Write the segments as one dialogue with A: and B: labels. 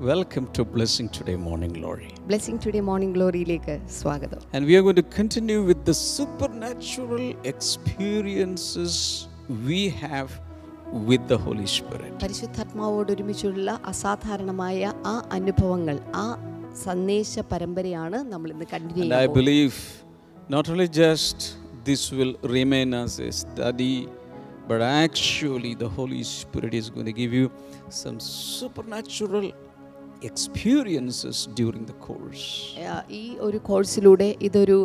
A: Welcome to Blessing Today Morning Glory.
B: Blessing Today Morning ഗ്ലോറിയിലേക്ക് സ്വാഗതം
A: And we are going to continue with the supernatural experiences we have with the Holy Spirit.
B: പരിശുദ്ധാത്മാവോട് ഒരുമിച്ചുള്ള അസാധാരണമായ ആ അനുഭവങ്ങൾ ആ സന്ദേശ പരമ്പരയാണ് നമ്മൾ ഇന്ന് continue
A: And I believe not only just this will remain as a study, but actually the Holy Spirit is going to give you some supernatural experiences during the course.
B: ഈ ഒരു കോഴ്സിലൂടെ ഇതൊരു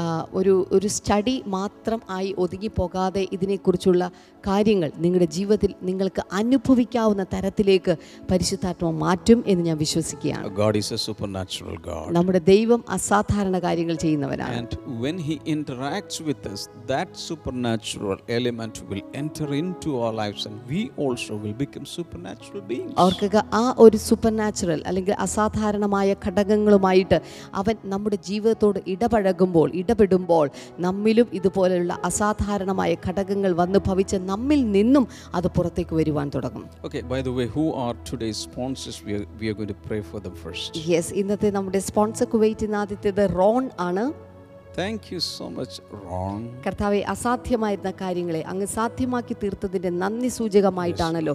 B: ആ, ഒരു ഒരു സ്റ്റഡി മാത്രം ആയി ഒതുങ്ങി പോകാതെ ഇതിനെക്കുറിച്ചുള്ള കാര്യങ്ങൾ നിങ്ങളുടെ ജീവിതത്തിൽ നിങ്ങൾക്ക് അനുഭവിക്കാവുന്ന തരത്തിലേക്ക് പരിശുദ്ധാത്മ മാറ്റും എന്ന് ഞാൻ വിശ്വസിക്കുകയാണ്
A: God is a supernatural God.
B: നമ്മുടെ ദൈവം അസാധാരണ കാര്യങ്ങൾ ചെയ്യുന്നവനാണ്
A: And when He interacts with us, that supernatural element will enter into our lives and we also will become supernatural beings.
B: ഓർക്കുക ആ ഒരു സൂപ്പർ നാച്ചുറൽ അല്ലെങ്കിൽ അസാധാരണമായ ഘടകങ്ങളുമായിട്ട് അവൻ നമ്മുടെ ജീവിതത്തോട് ഇടപഴകുമ്പോൾ ഇടപെടുമ്പോൾ നമ്മിലും ഇതുപോലെയുള്ള അസാധാരണമായ ഘടകങ്ങൾ വന്ന് ഭവിച്ച നമ്മിൽ നിന്നും അത് പുറത്തേക്ക് വരുവാൻ തുടങ്ങും
A: Okay, by the way, who are today's sponsors? We are, we are going to pray for them first.
B: Yes ഇന്നത്തെ നമ്മുടെ സ്പോൺസർ കുവൈറ്റിന് ആദ്യത്തേത് റോൺ ആണ്
A: Thank you so much, Ron.
B: കർത്താവെ അസാധ്യമായിരുന്ന കാര്യങ്ങളെ അങ്ങ് സാധ്യമാക്കി തീർത്തതിൻ്റെ നന്ദി സൂചകമായിട്ടാണല്ലോ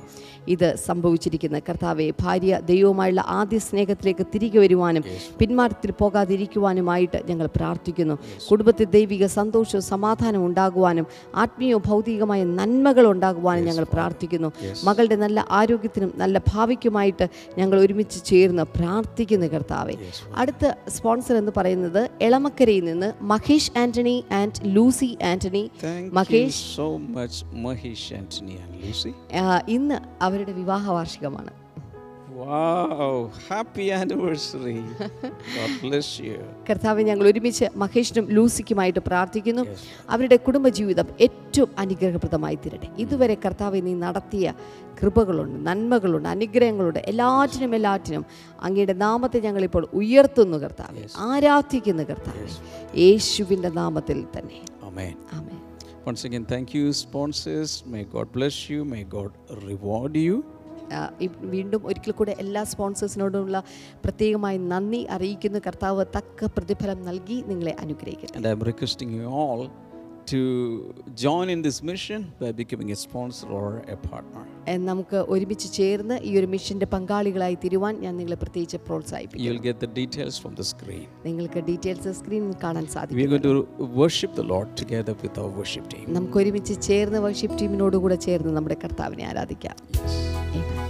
B: ഇത് സംഭവിച്ചിരിക്കുന്നത് കർത്താവെ ഭാര്യ ദൈവവുമായുള്ള ആദ്യ സ്നേഹത്തിലേക്ക് തിരികെ വരുവാനും പിന്മാറ്റത്തിൽ പോകാതിരിക്കുവാനുമായിട്ട് ഞങ്ങൾ പ്രാർത്ഥിക്കുന്നു കുടുംബത്തിൽ ദൈവിക സന്തോഷവും സമാധാനം ഉണ്ടാകുവാനും ആത്മീയവും ഭൗതികമായ നന്മകൾ ഉണ്ടാകുവാനും ഞങ്ങൾ പ്രാർത്ഥിക്കുന്നു മകളുടെ നല്ല ആരോഗ്യത്തിനും നല്ല ഭാവിക്കുമായിട്ട് ഞങ്ങൾ ഒരുമിച്ച് ചേർന്ന് പ്രാർത്ഥിക്കുന്നു കർത്താവെ അടുത്ത സ്പോൺസർ എന്ന് പറയുന്നത് എളമക്കരയിൽ നിന്ന് Mahesh Anthony and Lucy Anthony
A: Thank you
B: Mahesh
A: so much, Mahesh, Anthony, and Lucy.
B: ആ, ഇന്ന് അവരുടെ വിവാഹ വാർഷികമാണ്
A: Wow, happy anniversary. God bless you.
B: കർത്താവ് ഞങ്ങൾ ഒരുമിച്ച് മഹേഷിനും ലൂസിക്കുമായിട്ട് പ്രാർത്ഥിക്കുന്നു അവരുടെ കുടുംബജീവിതം ഏറ്റവും അനുഗ്രഹപ്രദമായി തീരട്ടെ ഇതുവരെ കർത്താവ് നീ നടത്തിയ കൃപകളുണ്ട് നന്മകളുണ്ട് അനുഗ്രഹങ്ങളുണ്ട് എല്ലാറ്റിനും എല്ലാറ്റിനും അങ്ങയുടെ നാമത്തെ ഞങ്ങളിപ്പോൾ ഉയർത്തുന്നു കർത്താവ് ആരാധിക്കുന്നു കർത്താവ് യേശുവിൻ്റെ നാമത്തിൽ തന്നെ
A: Amen.
B: ആമേ
A: Once again, thank you, sponsors. May God bless you. May God reward you.
B: ആ, ഇ- വീണ്ടും ഒരിക്കൽ കൂടെ എല്ലാ സ്പോൺസേഴ്സിനോടുമുള്ള പ്രത്യേകമായി നന്ദി അറിയിക്കുന്നു കർത്താവ് തക്ക പ്രതിഫലം നൽകി നിങ്ങളെ അനുഗ്രഹിക്കട്ടെ
A: And I'm requesting you all to join in this mission by becoming a sponsor or a partner.
B: എ, നമുക്ക് ഒരുമിച്ച് ചേർന്ന് ഈ ഒരു മിഷൻ്റെ പങ്കാളികളായി തീരുവാൻ ഞാൻ നിങ്ങളെ പ്രത്യേകിച്ച് പ്രോത്സാഹിപ്പിക്കും
A: You'll get the details from the screen.
B: നിങ്ങൾക്ക് ഡീറ്റെയിൽസ് സ്ക്രീനിൽ കാണാൻ സാധിക്കും
A: We're going to worship the Lord together with our worship team.
B: നമുക്ക് ഒരുമിച്ച് ചേർന്ന് വർഷിപ്പ് ടീമിനോട് കൂടെ ചേർന്ന് നമ്മുടെ കർത്താവിനെ ആരാധിക്കാം Amen.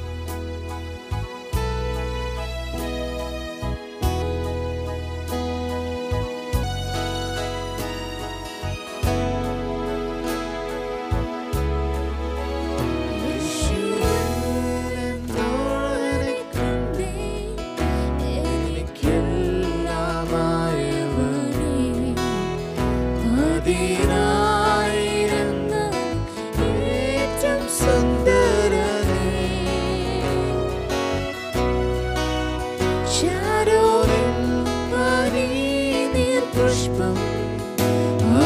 C: പുഷ്പം അവനെ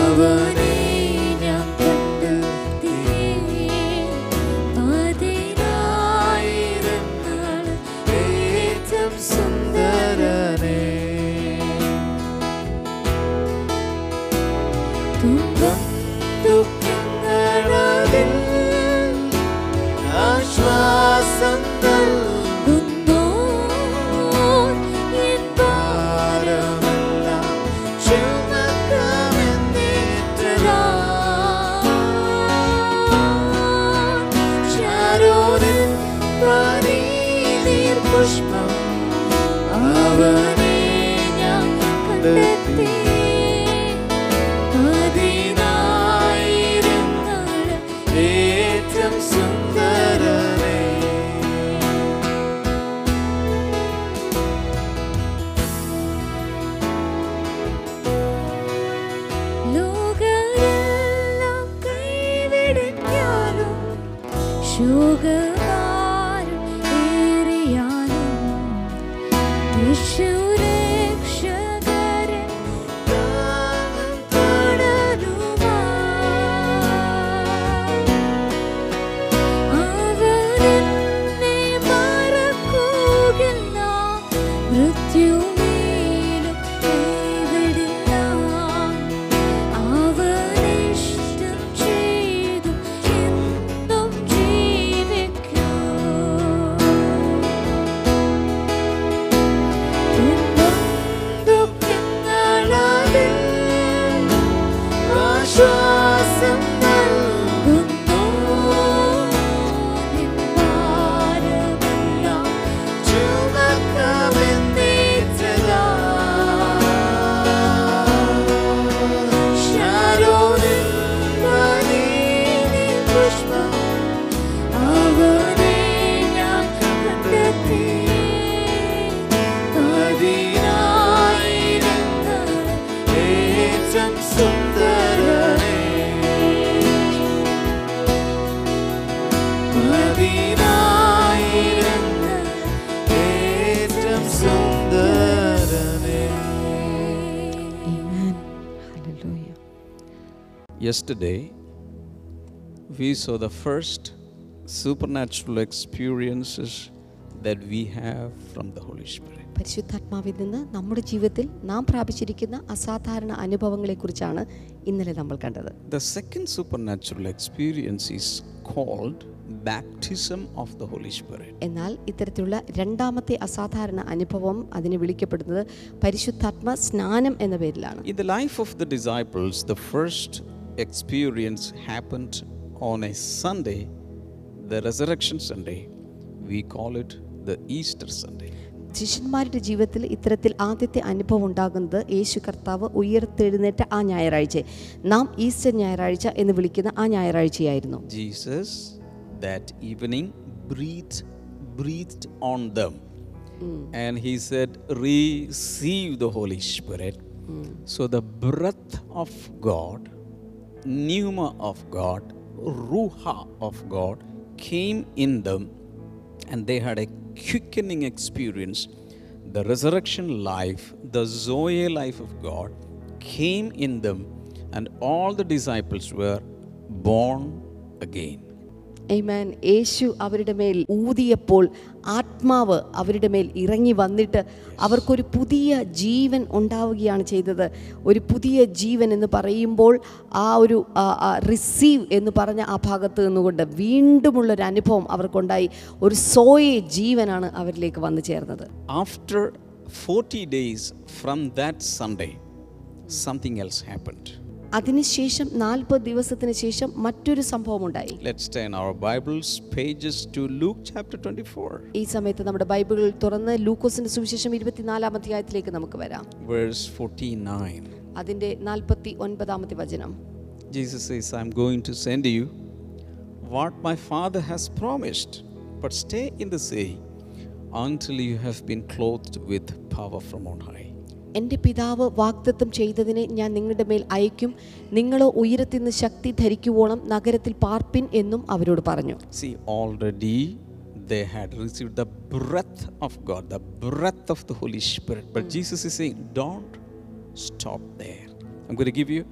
C: ഞാൻ കണ്ടെത്തി പതിനായിരം നാൾ ഏറ്റം സുന്ദരനെ തുമ്പം ദുഃഖങ്ങളതിൽ ആശ്വാസം നൽകുന്നു എൻ ഭാരമെല്ലാം ചുമക്കാമെന്നേറ്റതാ. ശാരോരിൽ പനിനീർ പുഷ്പം അവനെ ഞാൻ കണ്ടെത്തി പതിനായിരം നാൾ ഏറ്റം സുന്ദരനെ ലോകമെല്ലാം കൈവിടയ്ക്കാനും ശോകഭാരം ഏറിയാലും യേശുരക്ഷകരെ താങ്ങും തുടരുവാൻ. അവരെന്നെ മറക്കുകയില്ല. മൃത്യുവിലും എവിടെല്ലാം അവനിഷ്ടം ചെയ്തു എന്നും ജീവിക്കൂ ദുഃഖങ്ങളാതെ ആശ്വാസം നൽകുന്നു നിൻ ഭാരമെല്ലാം ചുമക്കുമെന്നേറ്റതാ. ശാരോനിൻ വലീനിൻ പുഷ്പം അവനെ ഞാൻ കണ്ടെത്തി. പതിനായിരങ്ങൾ ഏറ്റം സുന്ദരനെ. പതിനായിരങ്ങൾ ഏറ്റം സുന്ദരനെ
B: Hallelujah.
A: Yesterday, we saw the first supernatural experiences that we have from the Holy Spirit.
B: പരിശുദ്ധാത്മാവിൽ നിന്ന് നമ്മുടെ ജീവിതത്തിൽ നാം പ്രാപിച്ചിരിക്കുന്ന അസാധാരണ അനുഭവങ്ങളെക്കുറിച്ചാണ് ഇന്നലെ നമ്മൾ കണ്ടത്
A: The second supernatural experience is called baptism of the Holy Spirit.
B: എന്നാൽ ഇത്തരത്തിലുള്ള രണ്ടാമത്തെ അസാധാരണ അനുഭവം അതിന് വിളിക്കപ്പെടുന്നത് പരിശുദ്ധാത്മ സ്നാനം എന്ന പേരിലാണ്
A: In the life of the disciples, the first experience happened on a Sunday, the resurrection Sunday. We call it the Easter Sunday.
B: ശിഷ്യന്മാരുടെ ജീവിതത്തിൽ ഇത്തരത്തിൽ ആദ്യത്തെ അനുഭവം ഉണ്ടാകുന്നത് യേശു കർത്താവ് ഉയർത്തെഴുന്നേറ്റ ആ ഞായറാഴ്ച നാം ഈസ്റ്റർ ഞായറാഴ്ച എന്ന് വിളിക്കുന്ന ആ ഞായറാഴ്ചയായിരുന്നു
A: Jesus that evening breathed breathed on them. And he said, Receive the Holy Spirit. So the breath of God, pneuma of God, ruha of God came in them, and they had a quickening experience. The resurrection life, the Zoe life of God came in them, and all the disciples were born again.
B: ഏമാൻ യേശു അവരുടെ മേൽ ഊതിയപ്പോൾ ആത്മാവ് അവരുടെ മേൽ ഇറങ്ങി വന്നിട്ട് അവർക്കൊരു പുതിയ ജീവൻ ഉണ്ടാവുകയാണ് ചെയ്തത് ഒരു പുതിയ ജീവൻ എന്ന് പറയുമ്പോൾ ആ ഒരു റിസീവ് എന്ന് പറഞ്ഞ ആ ഭാഗത്ത് നിന്നുകൊണ്ട് വീണ്ടുമുള്ളൊരു അനുഭവം അവർക്കുണ്ടായി ഒരു സോയെ ജീവനാണ് അവരിലേക്ക് വന്നു ചേർന്നത്
A: After 40 days from that Sunday, something else happened.
B: അതിനുശേഷം നാൽപ്പത് ദിവസത്തിന് ശേഷം മറ്റൊരു സംഭവമുണ്ടായി
A: Let's turn our Bibles pages to Luke chapter 24,
B: ഈ സമയത്ത് നമ്മുടെ ബൈബിൾ തുറന്ന് ലൂക്കോസിന്റെ സുവിശേഷം ഇരുപത്തിനാലാം അധ്യായത്തിലേക്ക് നമുക്ക് വരാം
A: verse 49.
B: അതിൻ്റെ നാൽപ്പത്തി ഒൻപതാമത്തെ വചനം
A: Jesus says, I'm going to send you what my Father has promised, but stay in the sea until you have been clothed with power from on high.
B: എൻ്റെ പിതാവ് വാഗ്ദത്തം ചെയ്തതിനെ ഞാൻ നിങ്ങളുടെ മേൽ അയക്കും നിങ്ങളോ ഉയരത്തിൽ നിന്ന് ശക്തി ധരിക്കുവോണം നഗരത്തിൽ പാർപ്പിൻ എന്നും അവരോട് പറഞ്ഞു
A: See, already they had received the breath of God, the breath of the Holy Spirit. But Jesus is saying, don't stop there. I'm going to give you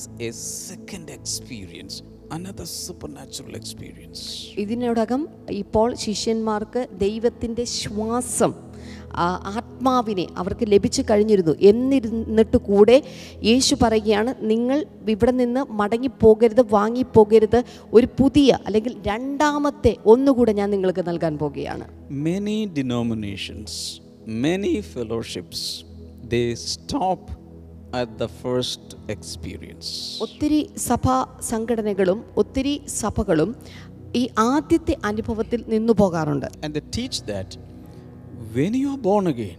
A: s- a second experience, another supernatural experience.
B: ഇതിനോടകം ഇപ്പോൾ ശിഷ്യന്മാർക്ക് ദൈവത്തിൻ്റെ ശ്വാസം ആ ആത്മാവിനെ അവർക്ക് ലഭിച്ചു കഴിഞ്ഞിരുന്നു എന്നിരുന്നിട്ട് കൂടെ യേശു പറയുകയാണ് നിങ്ങൾ ഇവിടെ നിന്ന് മടങ്ങിപ്പോകരുത് വാങ്ങിപ്പോകരുത് ഒരു പുതിയ അല്ലെങ്കിൽ രണ്ടാമത്തെ ഒന്നുകൂടെ ഞാൻ നിങ്ങൾക്ക് നൽകാൻ പോകുകയാണ്
A: Many denominations, many fellowships, they stop at the first experience.
B: ഒത്തിരി സഭാ സംഘടനകളും ഒത്തിരി സഭകളും ഈ ആദ്യത്തെ അനുഭവത്തിൽ നിന്നു പോകാറുണ്ട്
A: And they teach that when you are born again,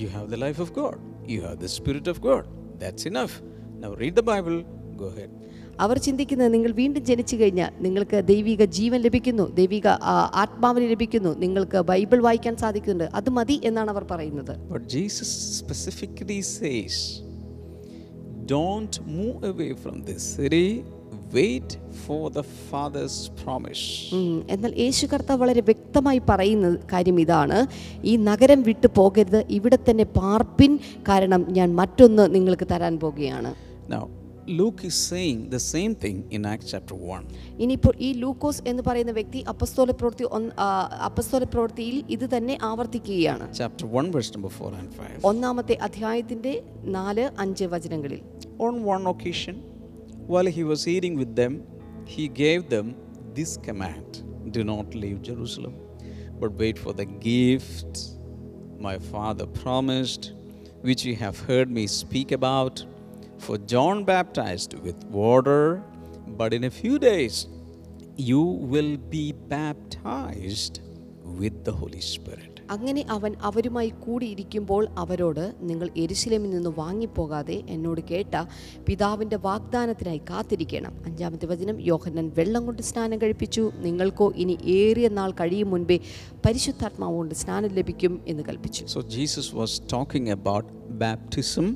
A: you have the life of God, you have the Spirit of God. That's enough. Now read the Bible, go ahead.
B: അവർ ചിന്തിക്കുന്നത് നിങ്ങൾ വീണ്ടും ജനിച്ചു കഴിഞ്ഞാൽ നിങ്ങൾക്ക് ദൈവിക ജീവൻ ലഭിക്കുന്നു ദൈവിക ആ, ആത്മാവിനെ ലഭിക്കുന്നു നിങ്ങൾക്ക് ബൈബിൾ വായിക്കാൻ സാധിക്കുന്നുണ്ട് അത് മതി എന്നാണ് അവർ പറയുന്നത്
A: But Jesus specifically says, don't move away from this city, wait for the Father's promise.
B: ഉം, എന്നാൽ യേശു കർത്താവ് വളരെ വ്യക്തമായി പറയുന്ന കാര്യം ഇതാണ് ഈ നഗരം വിട്ടു പോകരുത് ഇവിടെ തന്നെ പാർപ്പിൻ കാരണം ഞാൻ മറ്റൊന്ന് നിങ്ങൾക്ക് തരാൻ പോകുകയാണ്
A: Now, Luke is saying the same thing in Acts chapter 1.
B: ഇനിയിപ്പോൾ ഈ ലൂക്കോസ് എന്ന് പറയുന്ന വ്യക്തി അപ്പസ്തോല പ്രവൃത്തി ഒന്ന്- ആ, അപ്പസ്തോല പ്രവൃത്തിയിൽ ഇത് തന്നെ ആവർത്തിക്കുകയാണ്
A: Chapter 1, verse number 4 and 5.
B: ഒന്നാമത്തെ അധ്യായത്തിന്റെ നാല് അഞ്ച് വചനങ്ങളിൽ
A: On one occasion, while he was eating with them, he gave them this command Do not leave Jerusalem, but wait for the gift my father promised, which you have heard me speak about. For John baptized with water, but in a few days you will be baptized with the Holy Spirit.
B: അങ്ങനെ അവൻ അവരുമായി കൂടിയിരിക്കുമ്പോൾ അവരോട് നിങ്ങൾ എരുശിലമിൽ നിന്ന് വാങ്ങിപ്പോകാതെ എന്നോട് കേട്ട പിതാവിൻ്റെ വാഗ്ദാനത്തിനായി കാത്തിരിക്കണം അഞ്ചാമത്തെ വചനം യോഹന്നൻ വെള്ളം കൊണ്ട് സ്നാനം കഴിപ്പിച്ചു നിങ്ങൾക്കോ ഇനി ഏറിയ നാൾ കഴിയും മുൻപേ പരിശുദ്ധാത്മാവ് കൊണ്ട് സ്നാനം ലഭിക്കും എന്ന് കൽപ്പിച്ചു
A: So Jesus was talking about baptism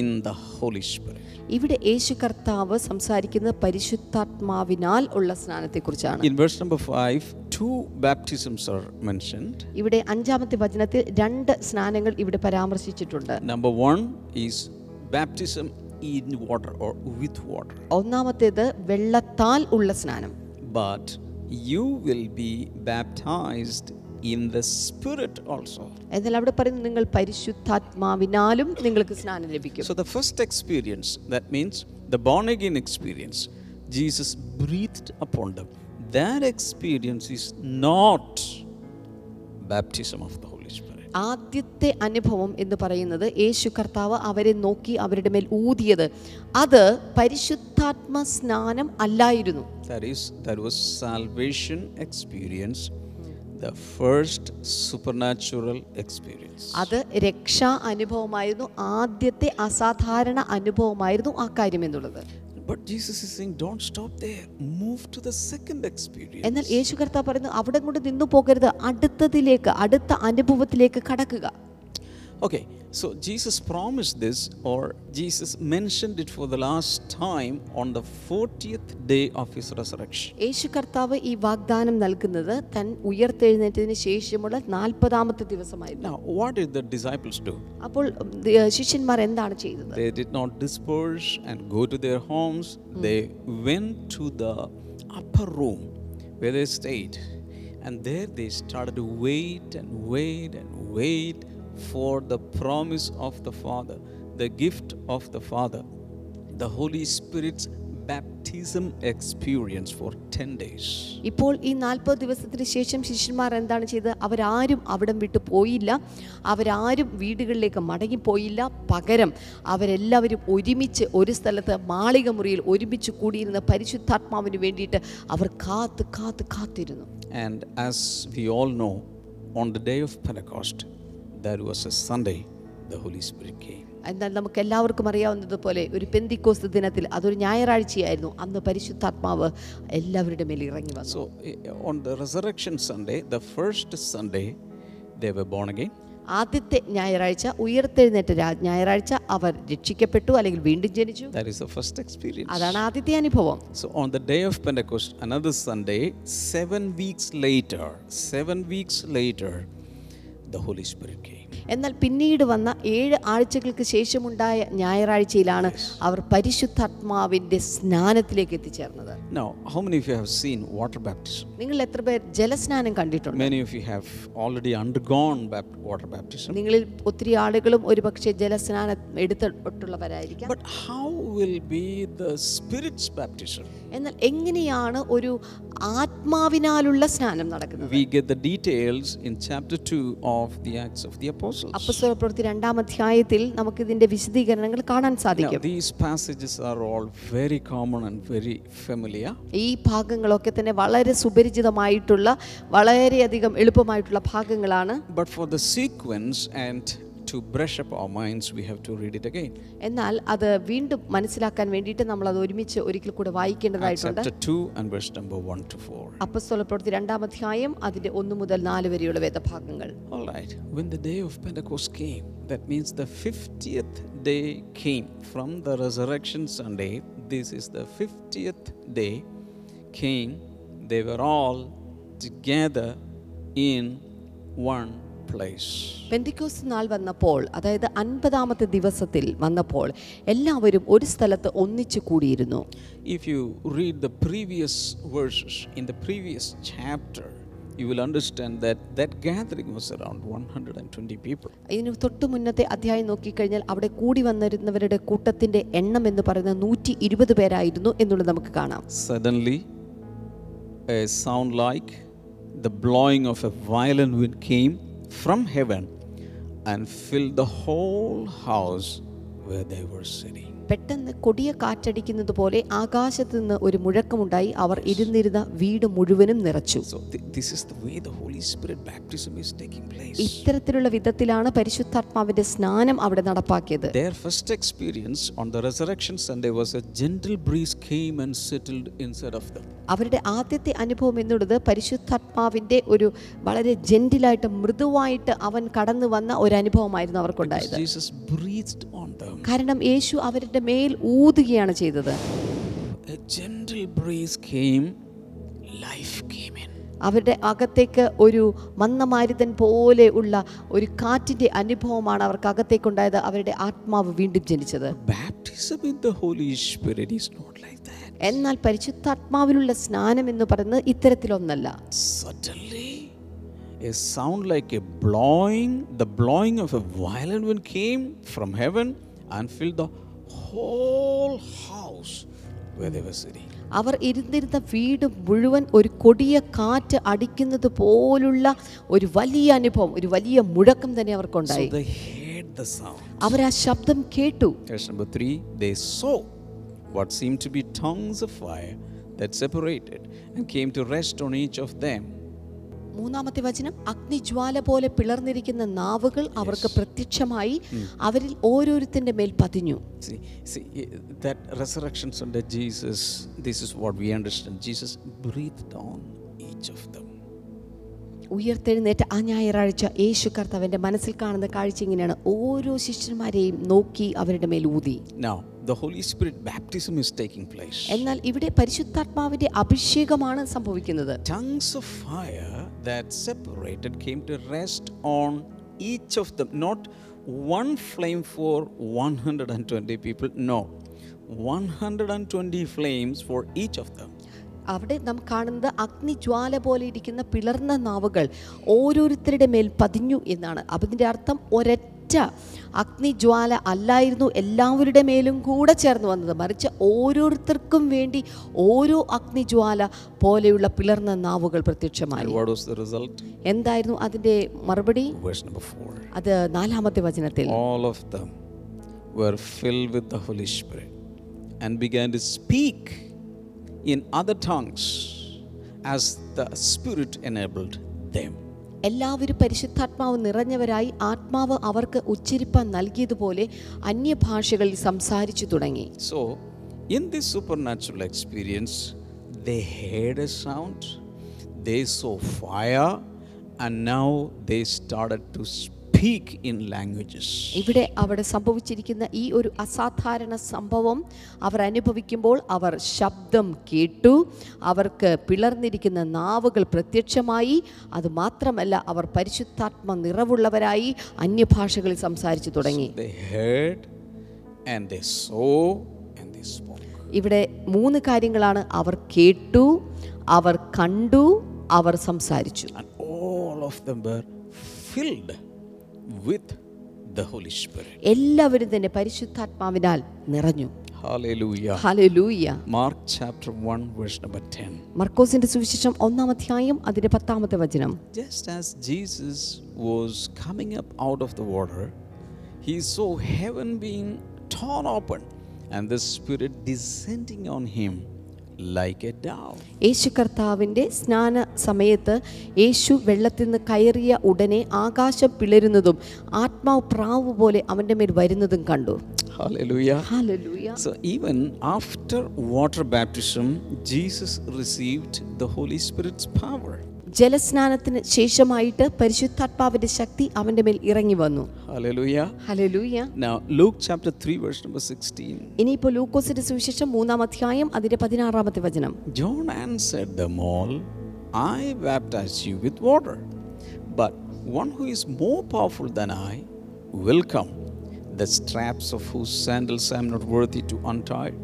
A: in the Holy Spirit.
B: ഇവിടെ യേശു കർത്താവ് സംസാരിക്കുന്നത് പരിശുദ്ധാത്മാവിനാൽ ഉള്ള സ്നാനത്തെക്കുറിച്ചാണ്
A: In verse number 5, two baptisms are mentioned.
B: ഇവിടെ അഞ്ചാമത്തെ വചനത്തിൽ രണ്ട് സ്നാനങ്ങൾ ഇവിടെ പരാമർശിച്ചിട്ടുണ്ട്
A: Number one is baptism in water or with water.
B: ഒന്നാമത്തേത് വെള്ളത്താൽ ഉള്ള സ്നാനം
A: But you will be baptized in the Spirit also.
B: എന്നാൽ അവിടെ പറയുന്നു നിങ്ങൾ പരിശുദ്ധാത്മാവിനാലും നിങ്ങൾക്ക് സ്നാനം ലഭിക്കും
A: So, the first experience, that means the born again experience, Jesus breathed upon them. That experience is not baptism of the Holy Spirit.
B: ആദ്യത്തെ അനുഭവം എന്ന് പറയുന്നത് യേശു കർത്താവ് അവരെ നോക്കി അവരുടെ മേൽ ഊതിയത് അത് പരിശുദ്ധാത്മ സ്നാനം അല്ലായിരുന്നു
A: That is, that was salvation experience, the first supernatural experience.
B: അത് രക്ഷാ അനുഭവമായിരുന്നു ആദ്യത്തെ അസാധാരണ അനുഭവമായിരുന്നു ആ കാര്യം എന്നുള്ളത്
A: But Jesus is saying, don't stop there, move to the second experience.
B: എന്നാൽ യേശു കർത്താവ് പറയുന്നു അവിടെ കൊണ്ട് നിന്നു പോകരുത് അടുത്തതിലേക്ക് അടുത്ത അനുഭവത്തിലേക്ക് കടക്കുക
A: Okay, so Jesus promised this, or Jesus mentioned it for the last time on the 40th day of his resurrection.
B: യേശു കർത്താവ് ഈ വാഗ്ദാനം നൽകുന്നത് തൻ ഉയർത്തെഴുന്നേറ്റതിന് ശേഷമുള്ള നാൽപ്പതാമത്തെ ദിവസമായിരുന്നു
A: Now, what did the disciples do?
B: അപ്പോൾ ഉം, ദ- ശിഷ്യന്മാർ എന്താണ് ചെയ്തത്
A: They did not disperse and go to their homes. They went to the upper room where they stayed. And there they started to wait and wait and wait for the promise of the Father, the gift of the Father, the Holy Spirit's baptism experience for 10 days.
B: ഇപ്പോൾ ഈ നാൽപ്പത് ദിവസത്തിന് ശേഷം ശിഷ്യന്മാർ എന്താണ് ചെയ്തത് അവരാരും അവിടം വിട്ടു പോയില്ല അവരാരും വീടുകളിലേക്ക് മടങ്ങിപ്പോയില്ല പകരം അവരെല്ലാവരും ഒരുമിച്ച് ഒരു സ്ഥലത്ത് മാളിക മുറിയിൽ ഒരുമിച്ച് കൂടിയിരുന്ന പരിശുദ്ധാത്മാവിന് വേണ്ടിയിട്ട് അവർ കാത്ത് കാത്ത് കാത്തിരുന്നു
A: And as we all know, on the day of Pentecost, that was a Sunday, the Holy Spirit came.
B: എന്നാൽ നമുക്ക് എല്ലാവർക്കും അറിയാവുന്നതുപോലെ ഒരു പെന്തിക്കോസ് ദിനത്തിൽ അതൊരു ഞായറാഴ്ചയായിരുന്നു അന്ന് പരിശുദ്ധാത്മാവ് എല്ലാവരുടെ മേൽ ഇറങ്ങി വന്നു
A: So, eh, on the resurrection Sunday, the first Sunday, they were born again.
B: ആദ്യത്തെ ഞായറാഴ്ച ഉയർത്തെഴുന്നേറ്റ രാ- ഞായറാഴ്ച അവർ രക്ഷിക്കപ്പെട്ടു അല്ലെങ്കിൽ വീണ്ടും ജനിച്ചു
A: That is the first experience.
B: അതാണ് ആദ്യത്തെ അനുഭവം
A: So, on the day of Pentecost, another Sunday, seven weeks later, seven weeks later, the Holy Spirit came.
B: എന്നാൽ പിന്നീട് വന്ന ഏഴ് ആഴ്ചകൾക്ക് ശേഷമുണ്ടായ ഞായറാഴ്ചയിലാണ് അവർ പരിശുദ്ധാത്മാവിൻ്റെ സ്നാനത്തിലേക്ക് എത്തിച്ചേർന്നത്
A: Now, how many of you have seen water baptism?
B: നിങ്ങൾ എത്ര പേർ ജലസ്നാനം കണ്ടിട്ടുണ്ട്
A: Many of you have already undergone bapt- water baptism.
B: നിങ്ങളിൽ ഒത്തിരി ആളുകളും ഒരുപക്ഷെ ജലസ്നാനം എടുത്തിട്ടുള്ളവരായിരിക്കാം
A: But how will be the Spirit's baptism?
B: എന്നാൽ എങ്ങനെയാണ് ഒരു ആത്മാവിനാലുള്ള സ്നാനം നടക്കുന്നത്
A: We get the details in chapter 2 of the Acts of the Apostles.
B: അപ്പസ്വല പ്രവൃത്തി രണ്ടാം അധ്യായത്തിൽ നമുക്കിതിന്റെ വിശദീകരണങ്ങൾ കാണാൻ
A: Now,
B: സാധിക്കും
A: these passages are all very common and very familiar.
B: ഈ ഭാഗങ്ങളൊക്കെ തന്നെ വളരെ സുപരിചിതമായിട്ടുള്ള വളരെയധികം എളുപ്പമായിട്ടുള്ള ഭാഗങ്ങളാണ്
A: But for the sequence and to brush up our minds, we have to read it again.
B: എന്നാൽ അത് വീണ്ടും മനസ്സിലാക്കാൻ വേണ്ടിയിട്ട് നമ്മൾ അത് ഒരുമിച്ച് ഒരിക്കൽ കൂടെ
A: Acts
B: വായിക്കേണ്ടതായിട്ടുണ്ട്
A: chapter 2 and verse number 1 to 4.
B: അപ്പസ്വല പ്രവൃത്തി രണ്ടാം അധ്യായം അതിന്റെ ഒന്ന് മുതൽ നാല് വരെയുള്ള വേദഭാഗങ്ങൾ
A: All right. When the day of Pentecost came, that means the 50th day came from the resurrection Sunday. This is the 50th day came. They were all together in one place.
B: പെന്തിക്കോസ് നാൾ വന്നപ്പോൾ അതായത് അൻപതാമത്തെ ദിവസത്തിൽ വന്നപ്പോൾ എല്ലാവരും ഒരു സ്ഥലത്ത് ഒന്നിച്ചു കൂടിയിരുന്നു
A: If you read the previous verses in the previous chapter, you will understand that that gathering was around 120 people.
B: ഇതിന് തൊട്ട് മുന്നത്തെ അധ്യായം നോക്കിക്കഴിഞ്ഞാൽ അവിടെ കൂടി വന്നിരുന്നവരുടെ കൂട്ടത്തിന്റെ എണ്ണം എന്ന് പറയുന്നത് നൂറ്റി ഇരുപത് പേരായിരുന്നു എന്നുള്ളത് നമുക്ക് കാണാം
A: Suddenly, a sound like the blowing of a violent wind came from heaven and filled the whole house where they were sitting.
B: പെട്ടെന്ന് കൊടിയ കാറ്റടിക്കുന്നത് പോലെ ആകാശത്ത് നിന്ന് ഒരു മുഴക്കമുണ്ടായി അവർ ഇരുന്നിരുന്ന വീട് മുഴുവനും നിറച്ചു
A: So, thi- this is the way the Holy Spirit baptism is taking place.
B: ഇത്തരത്തിലുള്ള വിധത്തിലാണ് പരിശുദ്ധാത്മാവിന്റെ സ്നാനം അവിടെ നടപ്പാക്കിയത്
A: Their first experience on the resurrection Sunday was a gentle breeze came and settled inside of them.
B: അവരുടെ ആദ്യത്തെ അനുഭവം എന്നുള്ളത് പരിശുദ്ധാത്മാവിന്റെ ഒരു വളരെ ജെന്റിലായിട്ട് മൃദുവായിട്ട് അവൻ കടന്നു വന്ന ഒരു അനുഭവമായിരുന്നു
A: Because
B: അവർക്കുണ്ടായത്
A: Jesus breathed on them.
B: കാരണം യേശു അവരുടെ മേൽ ഊതുകയാണ് ചെയ്തത്
A: A gentle breeze came, life came in.
B: അവരുടെ അകത്തേക്ക് ഒരു മന്ദമാരുതൻ പോലെ ഉള്ള ഒരു കാറ്റിന്റെ അനുഭവമാണ് അവർക്ക് അകത്തേക്കുണ്ടായത് അവരുടെ ആത്മാവ് വീണ്ടും ജനിച്ചത്
A: Baptism in the Holy Spirit is not like that.
B: എന്നാൽ പരിശുദ്ധാത്മാവിലുള്ള സ്നാനം എന്ന് പറയുന്നത് ഇത്തരത്തിലൊന്നല്ല
A: Suddenly, a sound like a blowing, the blowing of a violent wind came from heaven and filled the whole house where they were sitting.
B: അവർ ഇരുന്നിരുന്ന വീട് മുഴുവൻ ഒരു കൊടിയ കാറ്റ് അടിക്കുന്നത് പോലുള്ള ഒരു വലിയ അനുഭവം ഒരു വലിയ മുഴക്കം തന്നെ
A: So
B: അവർക്കുണ്ടായി
A: they heard the sound.
B: അവർ ആ ശബ്ദം കേട്ടു
A: Verse number three, they saw what seemed to be tongues of fire that separated and came to rest on each of them.
B: മൂന്നാമത്തെ വചനം അഗ്നിജ്വാല പോലെ പിളർന്നിരിക്കുന്ന നാവുകൾ അവർക്ക് പ്രത്യക്ഷമായി അവരിൽ ഓരോരുത്തന്റെ മേൽ പതിഞ്ഞു
A: See, see eh, that resurrection Sunday, Jesus, this is what we understand. Jesus breathed on each of them.
B: ഉയർത്തെഴുന്നേറ്റ ആ ഞായറാഴ്ച യേശു കർത്താവിൻ്റെ മനസ്സിൽ കാണുന്ന കാഴ്ച ഇങ്ങനെയാണ് ഓരോ ശിഷ്യന്മാരെയും നോക്കി അവരുടെ മേൽ ഊതി
A: Now, the Holy Spirit baptism is taking place.
B: എന്നാൽ ഇവിടെ പരിശുദ്ധാത്മാവിൻ്റെ അഭിഷേകമാണ് സംഭവിക്കുന്നത്
A: Tongues of fire that separated came to rest on each of them. Not one flame for 120 people, no. 120 flames for each of them.
B: അവിടെ നാം കാണുന്നത് അഗ്നിജ്വാല പോലെ ഇരിക്കുന്ന പിളർന്ന നാവുകൾ ഓരോരുത്തരുടെ മേൽ പതിഞ്ഞു എന്നാണ് അപ്പം ഇതിൻ്റെ അർത്ഥം ഒരൊറ്റ അഗ്നിജ്വാല അല്ലായിരുന്നു എല്ലാവരുടെ മേലും കൂടെ ചേർന്ന് വന്നത് മറിച്ച് ഓരോരുത്തർക്കും വേണ്ടി ഓരോ അഗ്നിജ്വാല പോലെയുള്ള പിളർന്ന നാവുകൾ
A: And
B: പ്രത്യക്ഷമായി
A: what was the result?
B: എന്തായിരുന്നു അതിൻ്റെ മറുപടി
A: Verse number 4.
B: അത് നാലാമത്തെ വചനത്തിൽ
A: All of them were filled with the Holy Spirit and began to speak in other tongues as the Spirit enabled them.
B: എല്ലാവരും പരിശുദ്ധാത്മാവ് നിറഞ്ഞവരായി ആത്മാവ് അവർക്ക് ഉച്ചരിപ്പാൻ നൽകിയതുപോലെ അന്യഭാഷകളിൽ സംസാരിച്ചു തുടങ്ങി
A: So, in this supernatural experience, they heard a sound, they saw fire, and now they started to speak in languages.
B: ഇവിടെ അവിടെ സംഭവിച്ചിരിക്കുന്ന ഈ ഒരു അസാധാരണ സംഭവം അവർ അനുഭവിക്കുമ്പോൾ അവർ ശബ്ദം കേട്ടു അവർക്ക് പിളർന്നിരിക്കുന്ന നാവുകൾ പ്രത്യക്ഷമായി അതുമാത്രമല്ല അവർ പരിശുദ്ധാത്മ നിറവുള്ളവരായി അന്യഭാഷകളിൽ സംസാരിച്ചു തുടങ്ങി
A: They heard and they saw and they spoke.
B: ഇവിടെ മൂന്ന് കാര്യങ്ങളാണ് അവർ കേട്ടു അവർ കണ്ടു അവർ സംസാരിച്ചു
A: And all of them were filled with the Holy Spirit.
B: എല്ലാവരും തന്നെ പരിശുദ്ധാത്മാവിനാൽ നിറഞ്ഞു
A: Hallelujah.
B: Hallelujah
A: Mark chapter 1, verse number 10.
B: മർക്കോസിന്റെ സുവിശേഷം ഒന്നാം അധ്യായം അതിന്റെ പത്താമത്തെ വചനം
A: Just as Jesus was coming up out of the water, he saw heaven being torn open and the Spirit descending on him like a dove.
B: യേശു കർത്താവിൻ്റെ സ്നാന സമയത്ത് യേശു വെള്ളത്തിൽ നിന്ന് കയറിയ ഉടനെ ആകാശം പിളരുന്നതും ആത്മാവ് പ്രാവ് പോലെ അവൻ്റെ മേൽ വരുന്നതും കണ്ടു
A: Hallelujah.
B: Hallelujah
A: So, even after water baptism, Jesus received the Holy Spirit's power.
B: ജലസ്നാനത്തിന് ശേഷമായിട്ട് പരിശുദ്ധാത്മാവിൻ്റെ ശക്തി അവൻ്റെ മേൽ ഇറങ്ങി വന്നു
A: Hallelujah.
B: Hallelujah
A: Now, Luke chapter 3, verse number 16.
B: ഇനിയിപ്പോൾ ലൂക്കോസിന്റെ സുവിശേഷം മൂന്നാം അധ്യായം അതിന്റെ പതിനാറാമത്തെ വചനം
A: John answered them all, I baptize you with water, but one who is more powerful than I will come, the straps of whose sandals I am not worthy to untie.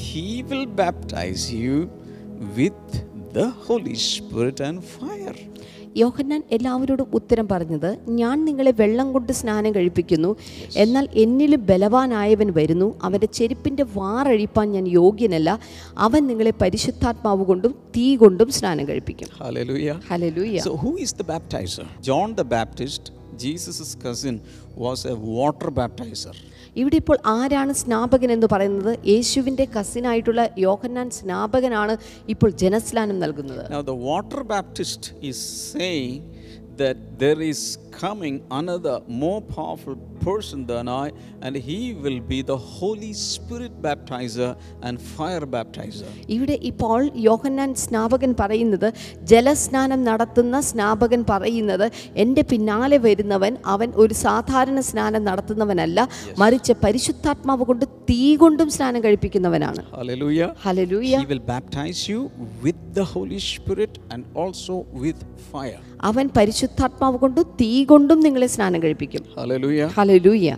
A: He will baptize you with the Holy Spirit and fire.
B: യോഹന്നാൻ എല്ലാവരോടും ഉത്തരം പറഞ്ഞത് ഞാൻ നിങ്ങളെ വെള്ളം കൊണ്ട് സ്നാനം കഴിപ്പിക്കുന്നു എന്നാൽ എന്നിലും ബലവാനായവൻ വരുന്നു അവൻ്റെ ചെരുപ്പിൻ്റെ വാറഴിപ്പാൻ ഞാൻ യോഗ്യനല്ല അവൻ നിങ്ങളെ പരിശുദ്ധാത്മാവ് കൊണ്ടും തീ കൊണ്ടും സ്നാനം കഴിപ്പിക്കും
A: Hallelujah.
B: Hallelujah
A: So, who is the baptizer? John the Baptist, Jesus' cousin, was a water baptizer.
B: ഇവിടെ ഇപ്പോൾ ആരാണ് സ്നാപകൻ എന്ന് പറയുന്നത് യേശുവിൻ്റെ കസിനായിട്ടുള്ള യോഹന്നാൻ സ്നാപകനാണ് ഇപ്പോൾ ജനസ്നാനം നൽകുന്നത്
A: Now, the water baptist is saying that there is coming another more powerful person than I, and he will be the Holy Spirit baptizer and fire baptizer.
B: ഇവിടെ ഇപ്പോൾ യോഹന്നാൻ സ്നാപകൻ പറയുന്നത് ജലസ്നാനം നടത്തുന്ന സ്നാപകൻ പറയുന്നത് എൻ്റെ പിന്നാലെ വരുന്നവൻ അവൻ ഒരു സാധാരണ സ്നാനം നടത്തുന്നവനല്ല മറിച്ച് പരിശുദ്ധാത്മാവ് കൊണ്ട് തീ കൊണ്ടും സ്നാനം കഴിപ്പിക്കുന്നവനാണ്
A: Hallelujah.
B: Hallelujah
A: He will baptize you with the Holy Spirit and also with fire.
B: അവൻ പരിശുദ്ധാത്മാവ് കൊണ്ട് തീ കൊണ്ടും നിങ്ങളെ സ്നാനം കഴിപ്പിക്കും
A: Hallelujah.
B: Hallelujah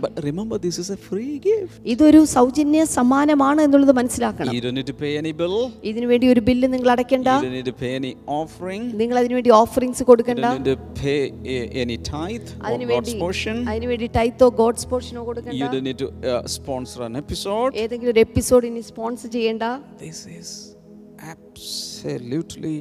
A: But remember, this is a free gift.
B: ഇതൊരു സൗജന്യ സമ്മാനമാണ് എന്നുള്ളത് മനസ്സിലാക്കണം
A: You don't need to pay any bill,
B: ഇതിനുവേണ്ടി ഒരു ബില്ല് നിങ്ങൾ അടയ്ക്കണ്ട
A: you don't need to pay any offering,
B: നിങ്ങൾ അതിനുവേണ്ടി ഓഫറിങ്സ് കൊടുക്കണ്ട
A: you don't need to pay a- any tithe or God's
B: അതിനുവേണ്ടി
A: portion.
B: അതിനുവേണ്ടി ടൈത്തോ ഗോഡ്സ് പോർഷനോ കൊടുക്കണ്ട
A: You don't need to uh, sponsor an episode.
B: ഏതെങ്കിലും ഒരു എപ്പിസോഡ് ഇനി സ്പോൺസർ ചെയ്യേണ്ട
A: This is absolutely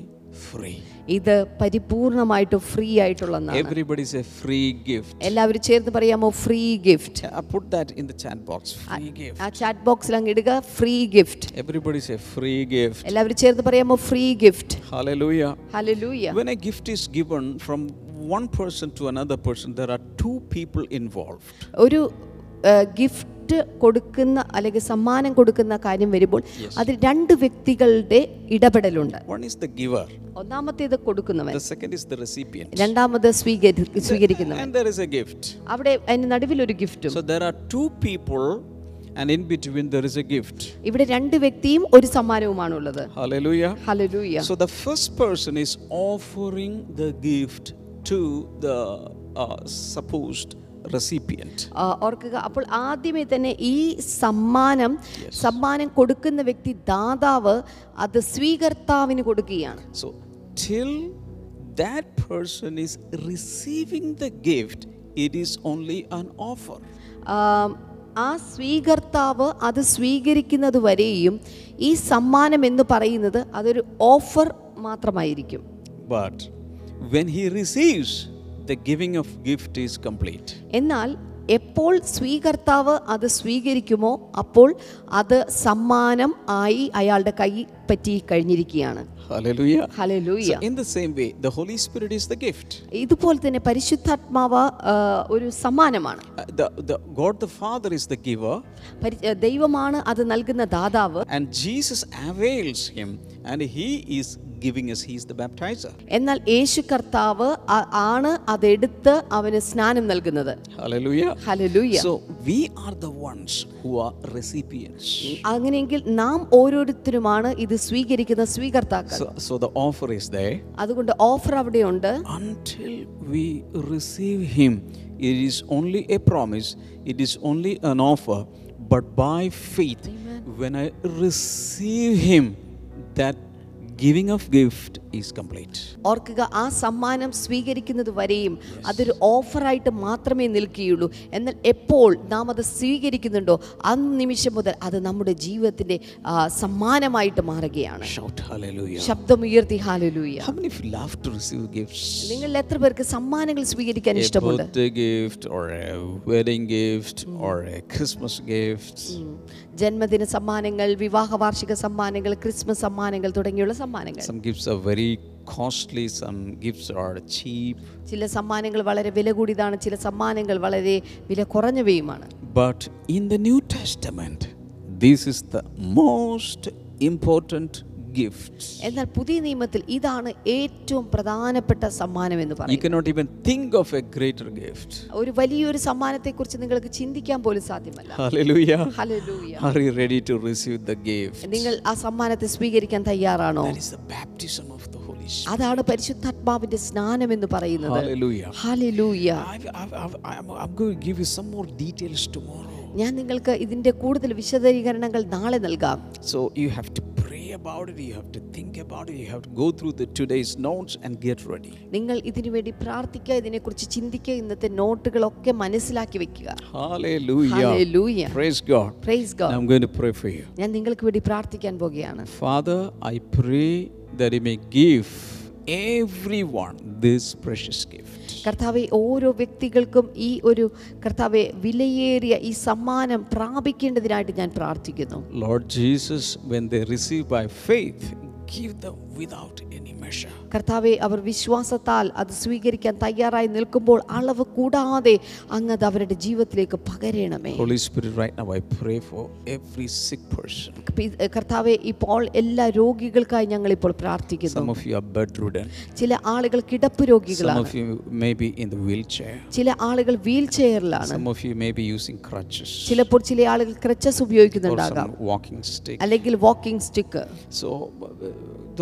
A: free.
B: ഇത് പരിപൂർണമായിട്ട് ഫ്രീ ആയിട്ടുള്ളതാണ്
A: Everybody is a free gift.
B: എല്ലാവരും ചേർന്ന് പറയാമോ free gift
A: I put that in the chat box. Free gift.
B: ആ ചാറ്റ് ബോക്സിൽ അങ്ങ് ഇടുക free gift
A: Everybody is a free gift.
B: എല്ലാവരും ചേർന്ന് പറയാമോ free gift
A: Hallelujah.
B: Hallelujah
A: When a gift is given from one person to another person, there are two people involved.
B: ഒരു gift കൊടുക്കുന്ന അല്ലെങ്കിൽ സമ്മാനം കൊടുക്കുന്ന കാര്യം വരുമ്പോൾ അതിൽ രണ്ട് വ്യക്തികളുടെ ഇടപെടലുണ്ട്
A: One is the giver,
B: ഒന്നാമത്തേത് കൊടുക്കുന്നവൻ
A: the second is the recipient.
B: രണ്ടാമത് സ്വീകരി സ്വീകരിക്കുന്നവൻ
A: And there is a gift.
B: അവിടെ അതിന് നടുവിൽ ഒരു ഗിഫ്റ്റും
A: So there are two people, and in between, there is a gift.
B: ഇവിടെ രണ്ട് വ്യക്തിയും ഒരു സമ്മാനവുമാണുള്ളത്
A: Hallelujah.
B: Hallelujah
A: So the first person is offering the gift to the uh, supposed recipient.
B: ആ, ഓർക്കുക അപ്പോൾ ആദ്യമേ തന്നെ ഈ സമ്മാനം സമ്മാനം കൊടുക്കുന്ന വ്യക്തി ദാതാവ് അത് സ്വീകർത്താവിന് കൊടുക്കുകയാണ്
A: So till that person is receiving the gift, it is only an offer.
B: ആം, ആ സ്വീകർത്താവ് അത് സ്വീകരിക്കുന്നത് വരെയും ഈ സമ്മാനം എന്ന് പറയുന്നത് അതൊരു ഓഫർ മാത്രമായിരിക്കും
A: But when he receives, the giving of gift is complete.
B: എന്നാൽ എപ്പോൾ സ്വീകർത്താവ് അത് സ്വീകരിക്കുമോ അപ്പോൾ അത് സമ്മാനം ആയി അയാളുടെ കൈ പറ്റി കഴിഞ്ഞിരിക്കുകയാണ്
A: Hallelujah.
B: Hallelujah
A: So in the same way, the Holy Spirit is the gift.
B: ഇതുപോലെ തന്നെ പരിശുദ്ധാത്മാവ് ആ, ഒരു സമ്മാനമാണ്
A: Uh, the, the God the Father is the giver,
B: പരി- ആ, ദൈവമാണ് അത് നൽകുന്ന ദാതാവ്
A: and Jesus avails him, and he is giving us. He is the baptizer.
B: എന്നാൽ യേശു കർത്താവ് ആ- ആണ് അതെടുത്ത് അവന് സ്നാനം നൽകുന്നത്
A: Hallelujah.
B: Hallelujah
A: So we are the ones who are recipients.
B: അങ്ങനെയെങ്കിൽ നാം ഓരോരുത്തരുമാണ് ഇത് സ്വീകരിക്കുന്ന സ്വീകർത്താക്കൾ
A: So, so the offer is there.
B: അതുകൊണ്ട് ഓഫർ അവിടെയുണ്ട്
A: Until we receive Him, it is only a promise, it is only an offer. But by faith, when I receive Him, that giving of gift is complete.
B: ഓർക്കുക ആ സമ്മാനം സ്വീകരിക്കുന്നത് വരെയും അതൊരു ഓഫറായിട്ട് മാത്രമേ നിൽക്കുകയുള്ളൂ എന്നാൽ എപ്പോൾ നാം അത് സ്വീകരിക്കുന്നുണ്ടോ അന്ന് നിമിഷം മുതൽ അത് നമ്മുടെ ജീവിതത്തിൻ്റെ ആ, സമ്മാനമായിട്ട് മാറുകയാണ്
A: Shout hallelujah.
B: ശബ്ദമുയർത്തി hallelujah
A: How many of you love to receive gifts?
B: നിങ്ങൾ എത്ര പേർക്ക് സമ്മാനങ്ങൾ സ്വീകരിക്കാൻ
A: a
B: ഇഷ്ടമുണ്ട്
A: birthday gift or a wedding gift or a Christmas gift.
B: ഉം. ജന്മദിന സമ്മാനങ്ങൾ വിവാഹ വാർഷിക സമ്മാനങ്ങൾ ക്രിസ്മസ് സമ്മാനങ്ങൾ തുടങ്ങിയുള്ള സമ്മാനങ്ങൾ
A: Some gifts are very costly, some gifts are cheap.
B: ചില സമ്മാനങ്ങൾ വളരെ വില കൂടിയതാണ് ചില സമ്മാനങ്ങൾ വളരെ വില കുറഞ്ഞവയുമാണ്
A: But in the New Testament, this is the most important gift.
B: എന്നാൽ പുതിയ നിയമത്തിൽ ഇതാണ് ഏറ്റവും പ്രധാനപ്പെട്ട സമ്മാനം എന്ന്
A: You
B: പറയും
A: cannot even think of a greater gift.
B: ഒരു വലിയൊരു സമ്മാനത്തെക്കുറിച്ച് നിങ്ങൾക്ക് ചിന്തിക്കാൻ പോലും സാധ്യമല്ല
A: Hallelujah.
B: Hallelujah
A: Are you ready to receive the gift?
B: നിങ്ങൾ ആ സമ്മാനത്തെ സ്വീകരിക്കാൻ തയ്യാറാണോ
A: That is the baptism of the Holy Spirit.
B: അതാണ് പരിശുദ്ധാത്മാവിന്റെ സ്നാനം എന്ന് പറയുന്നത്
A: Hallelujah.
B: Hallelujah
A: I, I, I, I'm, I'm going to give you some more details tomorrow.
B: ഞാൻ നിങ്ങൾക്ക് ഇതിന്റെ കൂടുതൽ വിശദീകരണങ്ങൾ നാളെ നൽകാം
A: So you have to pray about it, you have to think about it, you have to go through the today's notes and get ready.
B: നിങ്ങൾ ഇതിനു വേണ്ടി പ്രാർത്ഥിക്കുക ഇതിനെക്കുറിച്ച് ചിന്തിക്കുക ഇന്നത്തെ നോട്ടുകളൊക്കെ മനസ്സിലാക്കി വെക്കുക
A: Hallelujah.
B: Hallelujah.
A: Praise God.
B: Praise
A: And
B: God
A: I'm going to pray for you.
B: ഞാൻ നിങ്ങൾക്ക് വേണ്ടി പ്രാർത്ഥിക്കാൻ പോകുകയാണ്
A: Father, I pray that you may give everyone this precious gift.
B: കർത്താവെ ഓരോ വ്യക്തികൾക്കും ഈ ഒരു കർത്താവെ വിലയേറിയ ഈ സമ്മാനം പ്രാപിക്കേണ്ടതിനായിട്ട് ഞാൻ പ്രാർത്ഥിക്കുന്നു
A: Lord Jesus, when they receive by faith, give them without any measure.
B: കർത്താവെ അവർ വിശ്വാസത്താൽ അത് സ്വീകരിക്കാൻ തയ്യാറായി നിൽക്കുമ്പോൾ അളവ് കൂടാതെ അങ്ങ് അത് അവരുടെ ജീവിതത്തിലേക്ക് പകരണമേ
A: Holy Spirit, right now I pray for every sick person.
B: പി- കർത്താവെ ഇപ്പോൾ എല്ലാ രോഗികൾക്കായി ഞങ്ങളിപ്പോൾ പ്രാർത്ഥിക്കുന്നു
A: Some of you are bedridden.
B: ചില ആളുകൾ കിടപ്പ്
A: Some
B: രോഗികളാണ്
A: of you may be in the wheelchair.
B: ചില áളുകൾ വീൽ ചെയറിലാണ്
A: Some of you may be using crutches
B: ചിലപ്പോൾ ചില ആളുകൾ ക്രച്ചസ്
A: or
B: ഉപയോഗിക്കുന്നുണ്ടാകാം
A: some walking stick.
B: അല്ലെങ്കിൽ walking stick
A: So uh,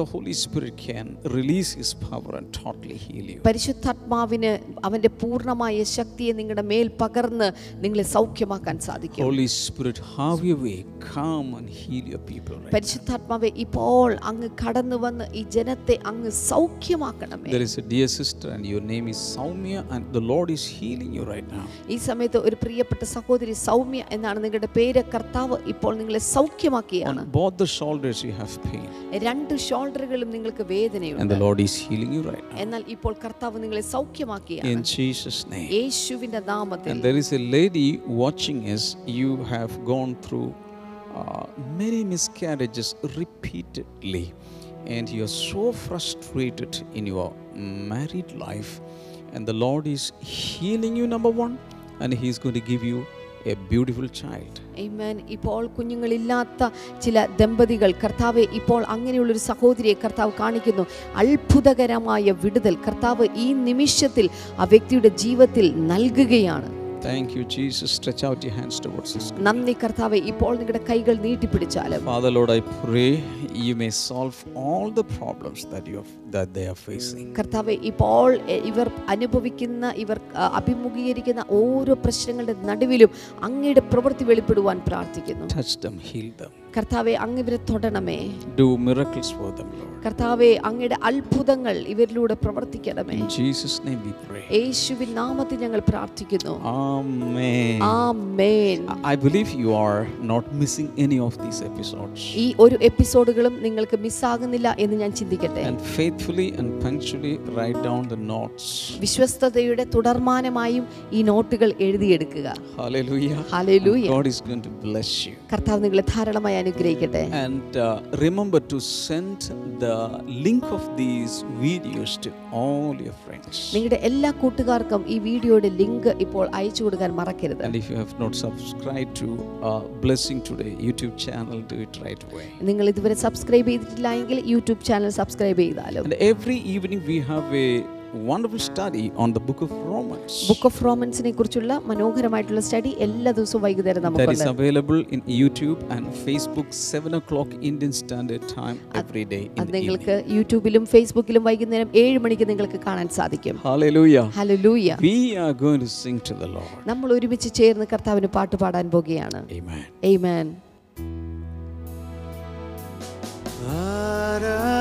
A: the Holy Spirit can release His power and totally heal you.
B: പരിശുദ്ധാത്മാവിന് അവൻ്റെ പൂർണ്ണമായ ശക്തിയെ നിങ്ങളുടെ മേൽ പകർന്ന് നിങ്ങളെ സൗഖ്യമാക്കാൻ സാധിക്കും
A: Holy Spirit, have your way. Come and heal your people. Right?
B: പരിശുദ്ധാത്മാവെ ഇപ്പോൾ അങ്ങ് കടന്നു വന്ന് ഈ ജനത്തെ അങ്ങ് സൗഖ്യമാക്കണമേ
A: There is a dear sister, and your name is Saumya, and the Lord is healing you right now.
B: ഈ സമയത്ത് ഒരു പ്രിയപ്പെട്ട സഹോദരി സൗമ്യ എന്നാണ് നിങ്ങളുടെ പേര് കർത്താവ് ഇപ്പോൾ നിങ്ങളെ സൗഖ്യമാക്കിയാണ്
A: On both the shoulders, you have pain,
B: രണ്ട് ഷോൾഡറുകളും നിങ്ങൾക്ക്
A: and
B: വേദനയുണ്ട്
A: the Lord is healing you right now.
B: എന്നാൽ ഇപ്പോൾ കർത്താവ് നിങ്ങളെ സൗഖ്യമാക്കിയാണ്
A: In Jesus' name.
B: യേശുവിന്റെ നാമത്തിൽ
A: And there is a lady watching us. You have gone through uh, many miscarriages repeatedly, and you're so frustrated in your married life. And the Lord is healing you, number one, and He's going to give you a beautiful child.
B: Amen. ഇപ്പോൾ കുഞ്ഞുങ്ങളില്ലാത്ത ചില ദമ്പതികൾ കർത്താവ് ഇപ്പോൾ അങ്ങനെയുള്ളൊരു സഹോദരിയെ കർത്താവ് കാണിക്കുന്നു അത്ഭുതകരമായ വിടുതൽ കർത്താവ് ഈ നിമിഷത്തിൽ ആ വ്യക്തിയുടെ ജീവിതത്തിൽ നൽകുകയാണ്
A: Thank you, Jesus. Stretch out your hands towards us.
B: നന്ദി കർത്താവ് ഇപ്പോൾ നിങ്ങളുടെ കൈകൾ നീട്ടിപ്പിടിച്ചാലും
A: Father, Lord, I pray you may solve all the problems that you have, that they are facing.
B: കർത്താവ് ഇപ്പോൾ എ- ഇവർ അനുഭവിക്കുന്ന ഇവർ ആ, അഭിമുഖീകരിക്കുന്ന ഓരോ പ്രശ്നങ്ങളുടെ നടുവിലും അങ്ങയുടെ പ്രവൃത്തി വെളിപ്പെടുവാൻ പ്രാർത്ഥിക്കുന്നു
A: Touch them, heal them,
B: കർത്താവെ അങ്ങ് ഇവരെ തൊടണമേ
A: do miracles for them, Lord.
B: കർത്താവെ അങ്ങയുടെ അത്ഭുതങ്ങൾ ഇവരിലൂടെ പ്രവർത്തിക്കണമേ
A: In Jesus' name we pray.
B: യേശുവിൻ നാമത്തിൽ ഞങ്ങൾ പ്രാർത്ഥിക്കുന്നു
A: Amen.
B: Amen
A: I- I believe you are not missing any of these episodes.
B: ഈ ഒരു എപ്പിസോഡുകളും നിങ്ങൾക്ക് മിസ്സാകുന്നില്ല എന്ന് ഞാൻ ചിന്തിക്കട്ടെ
A: And faithfully and punctually write down the notes.
B: വിശ്വസ്തതയുടെ തുടർമാനമായും ഈ നോട്ടുകൾ എഴുതിയെടുക്കുക
A: Hallelujah.
B: Hallelujah.
A: God is going to bless you.
B: കർത്താവ് നിങ്ങളെ ധാരാളമായി അനുഗ്രഹിക്കട്ടെ
A: And uh, remember to send the link of these videos to all your friends.
B: നിങ്ങളുടെ എല്ലാ കൂട്ടുകാർക്കും ഈ വീഡിയോയുടെ ലിങ്ക് ഇപ്പോൾ അയച്ചു കൊടുക്കാൻ മറക്കരുത്
A: And if you have not subscribed to uh, Blessing Today YouTube channel, do it right away.
B: നിങ്ങൾ ഇതുവരെ സബ്സ്ക്രൈബ് ചെയ്തിട്ടില്ല എങ്കിൽ യൂട്യൂബ് ചാനൽ സബ്സ്ക്രൈബ് ചെയ്താലും
A: And every evening we have a wonderful study on the book of Romans.
B: Book of റോമൻസിനെ കുറിച്ചുള്ള മനോഹരമായിട്ടുള്ള study എല്ലാ ദിവസവും വൈകുന്നേരം
A: That is
B: നമുക്കുണ്ട്
A: available in YouTube and Facebook, 7 o'clock Indian Standard Time every day in
B: അത്
A: the evening.
B: നിങ്ങൾക്ക് യൂട്യൂബിലും ഫേസ്ബുക്കിലും വൈകുന്നേരം ഏഴ് മണിക്ക് നിങ്ങൾക്ക് കാണാൻ സാധിക്കും
A: Hallelujah.
B: Hallelujah
A: We are going to sing to the Lord.
B: നമ്മൾ ഒരുമിച്ച് ചേർന്ന് കർത്താവിന് പാട്ട് പാടാൻ പോകുകയാണ്
A: Amen.
B: Amen.
C: ആരാ Oh,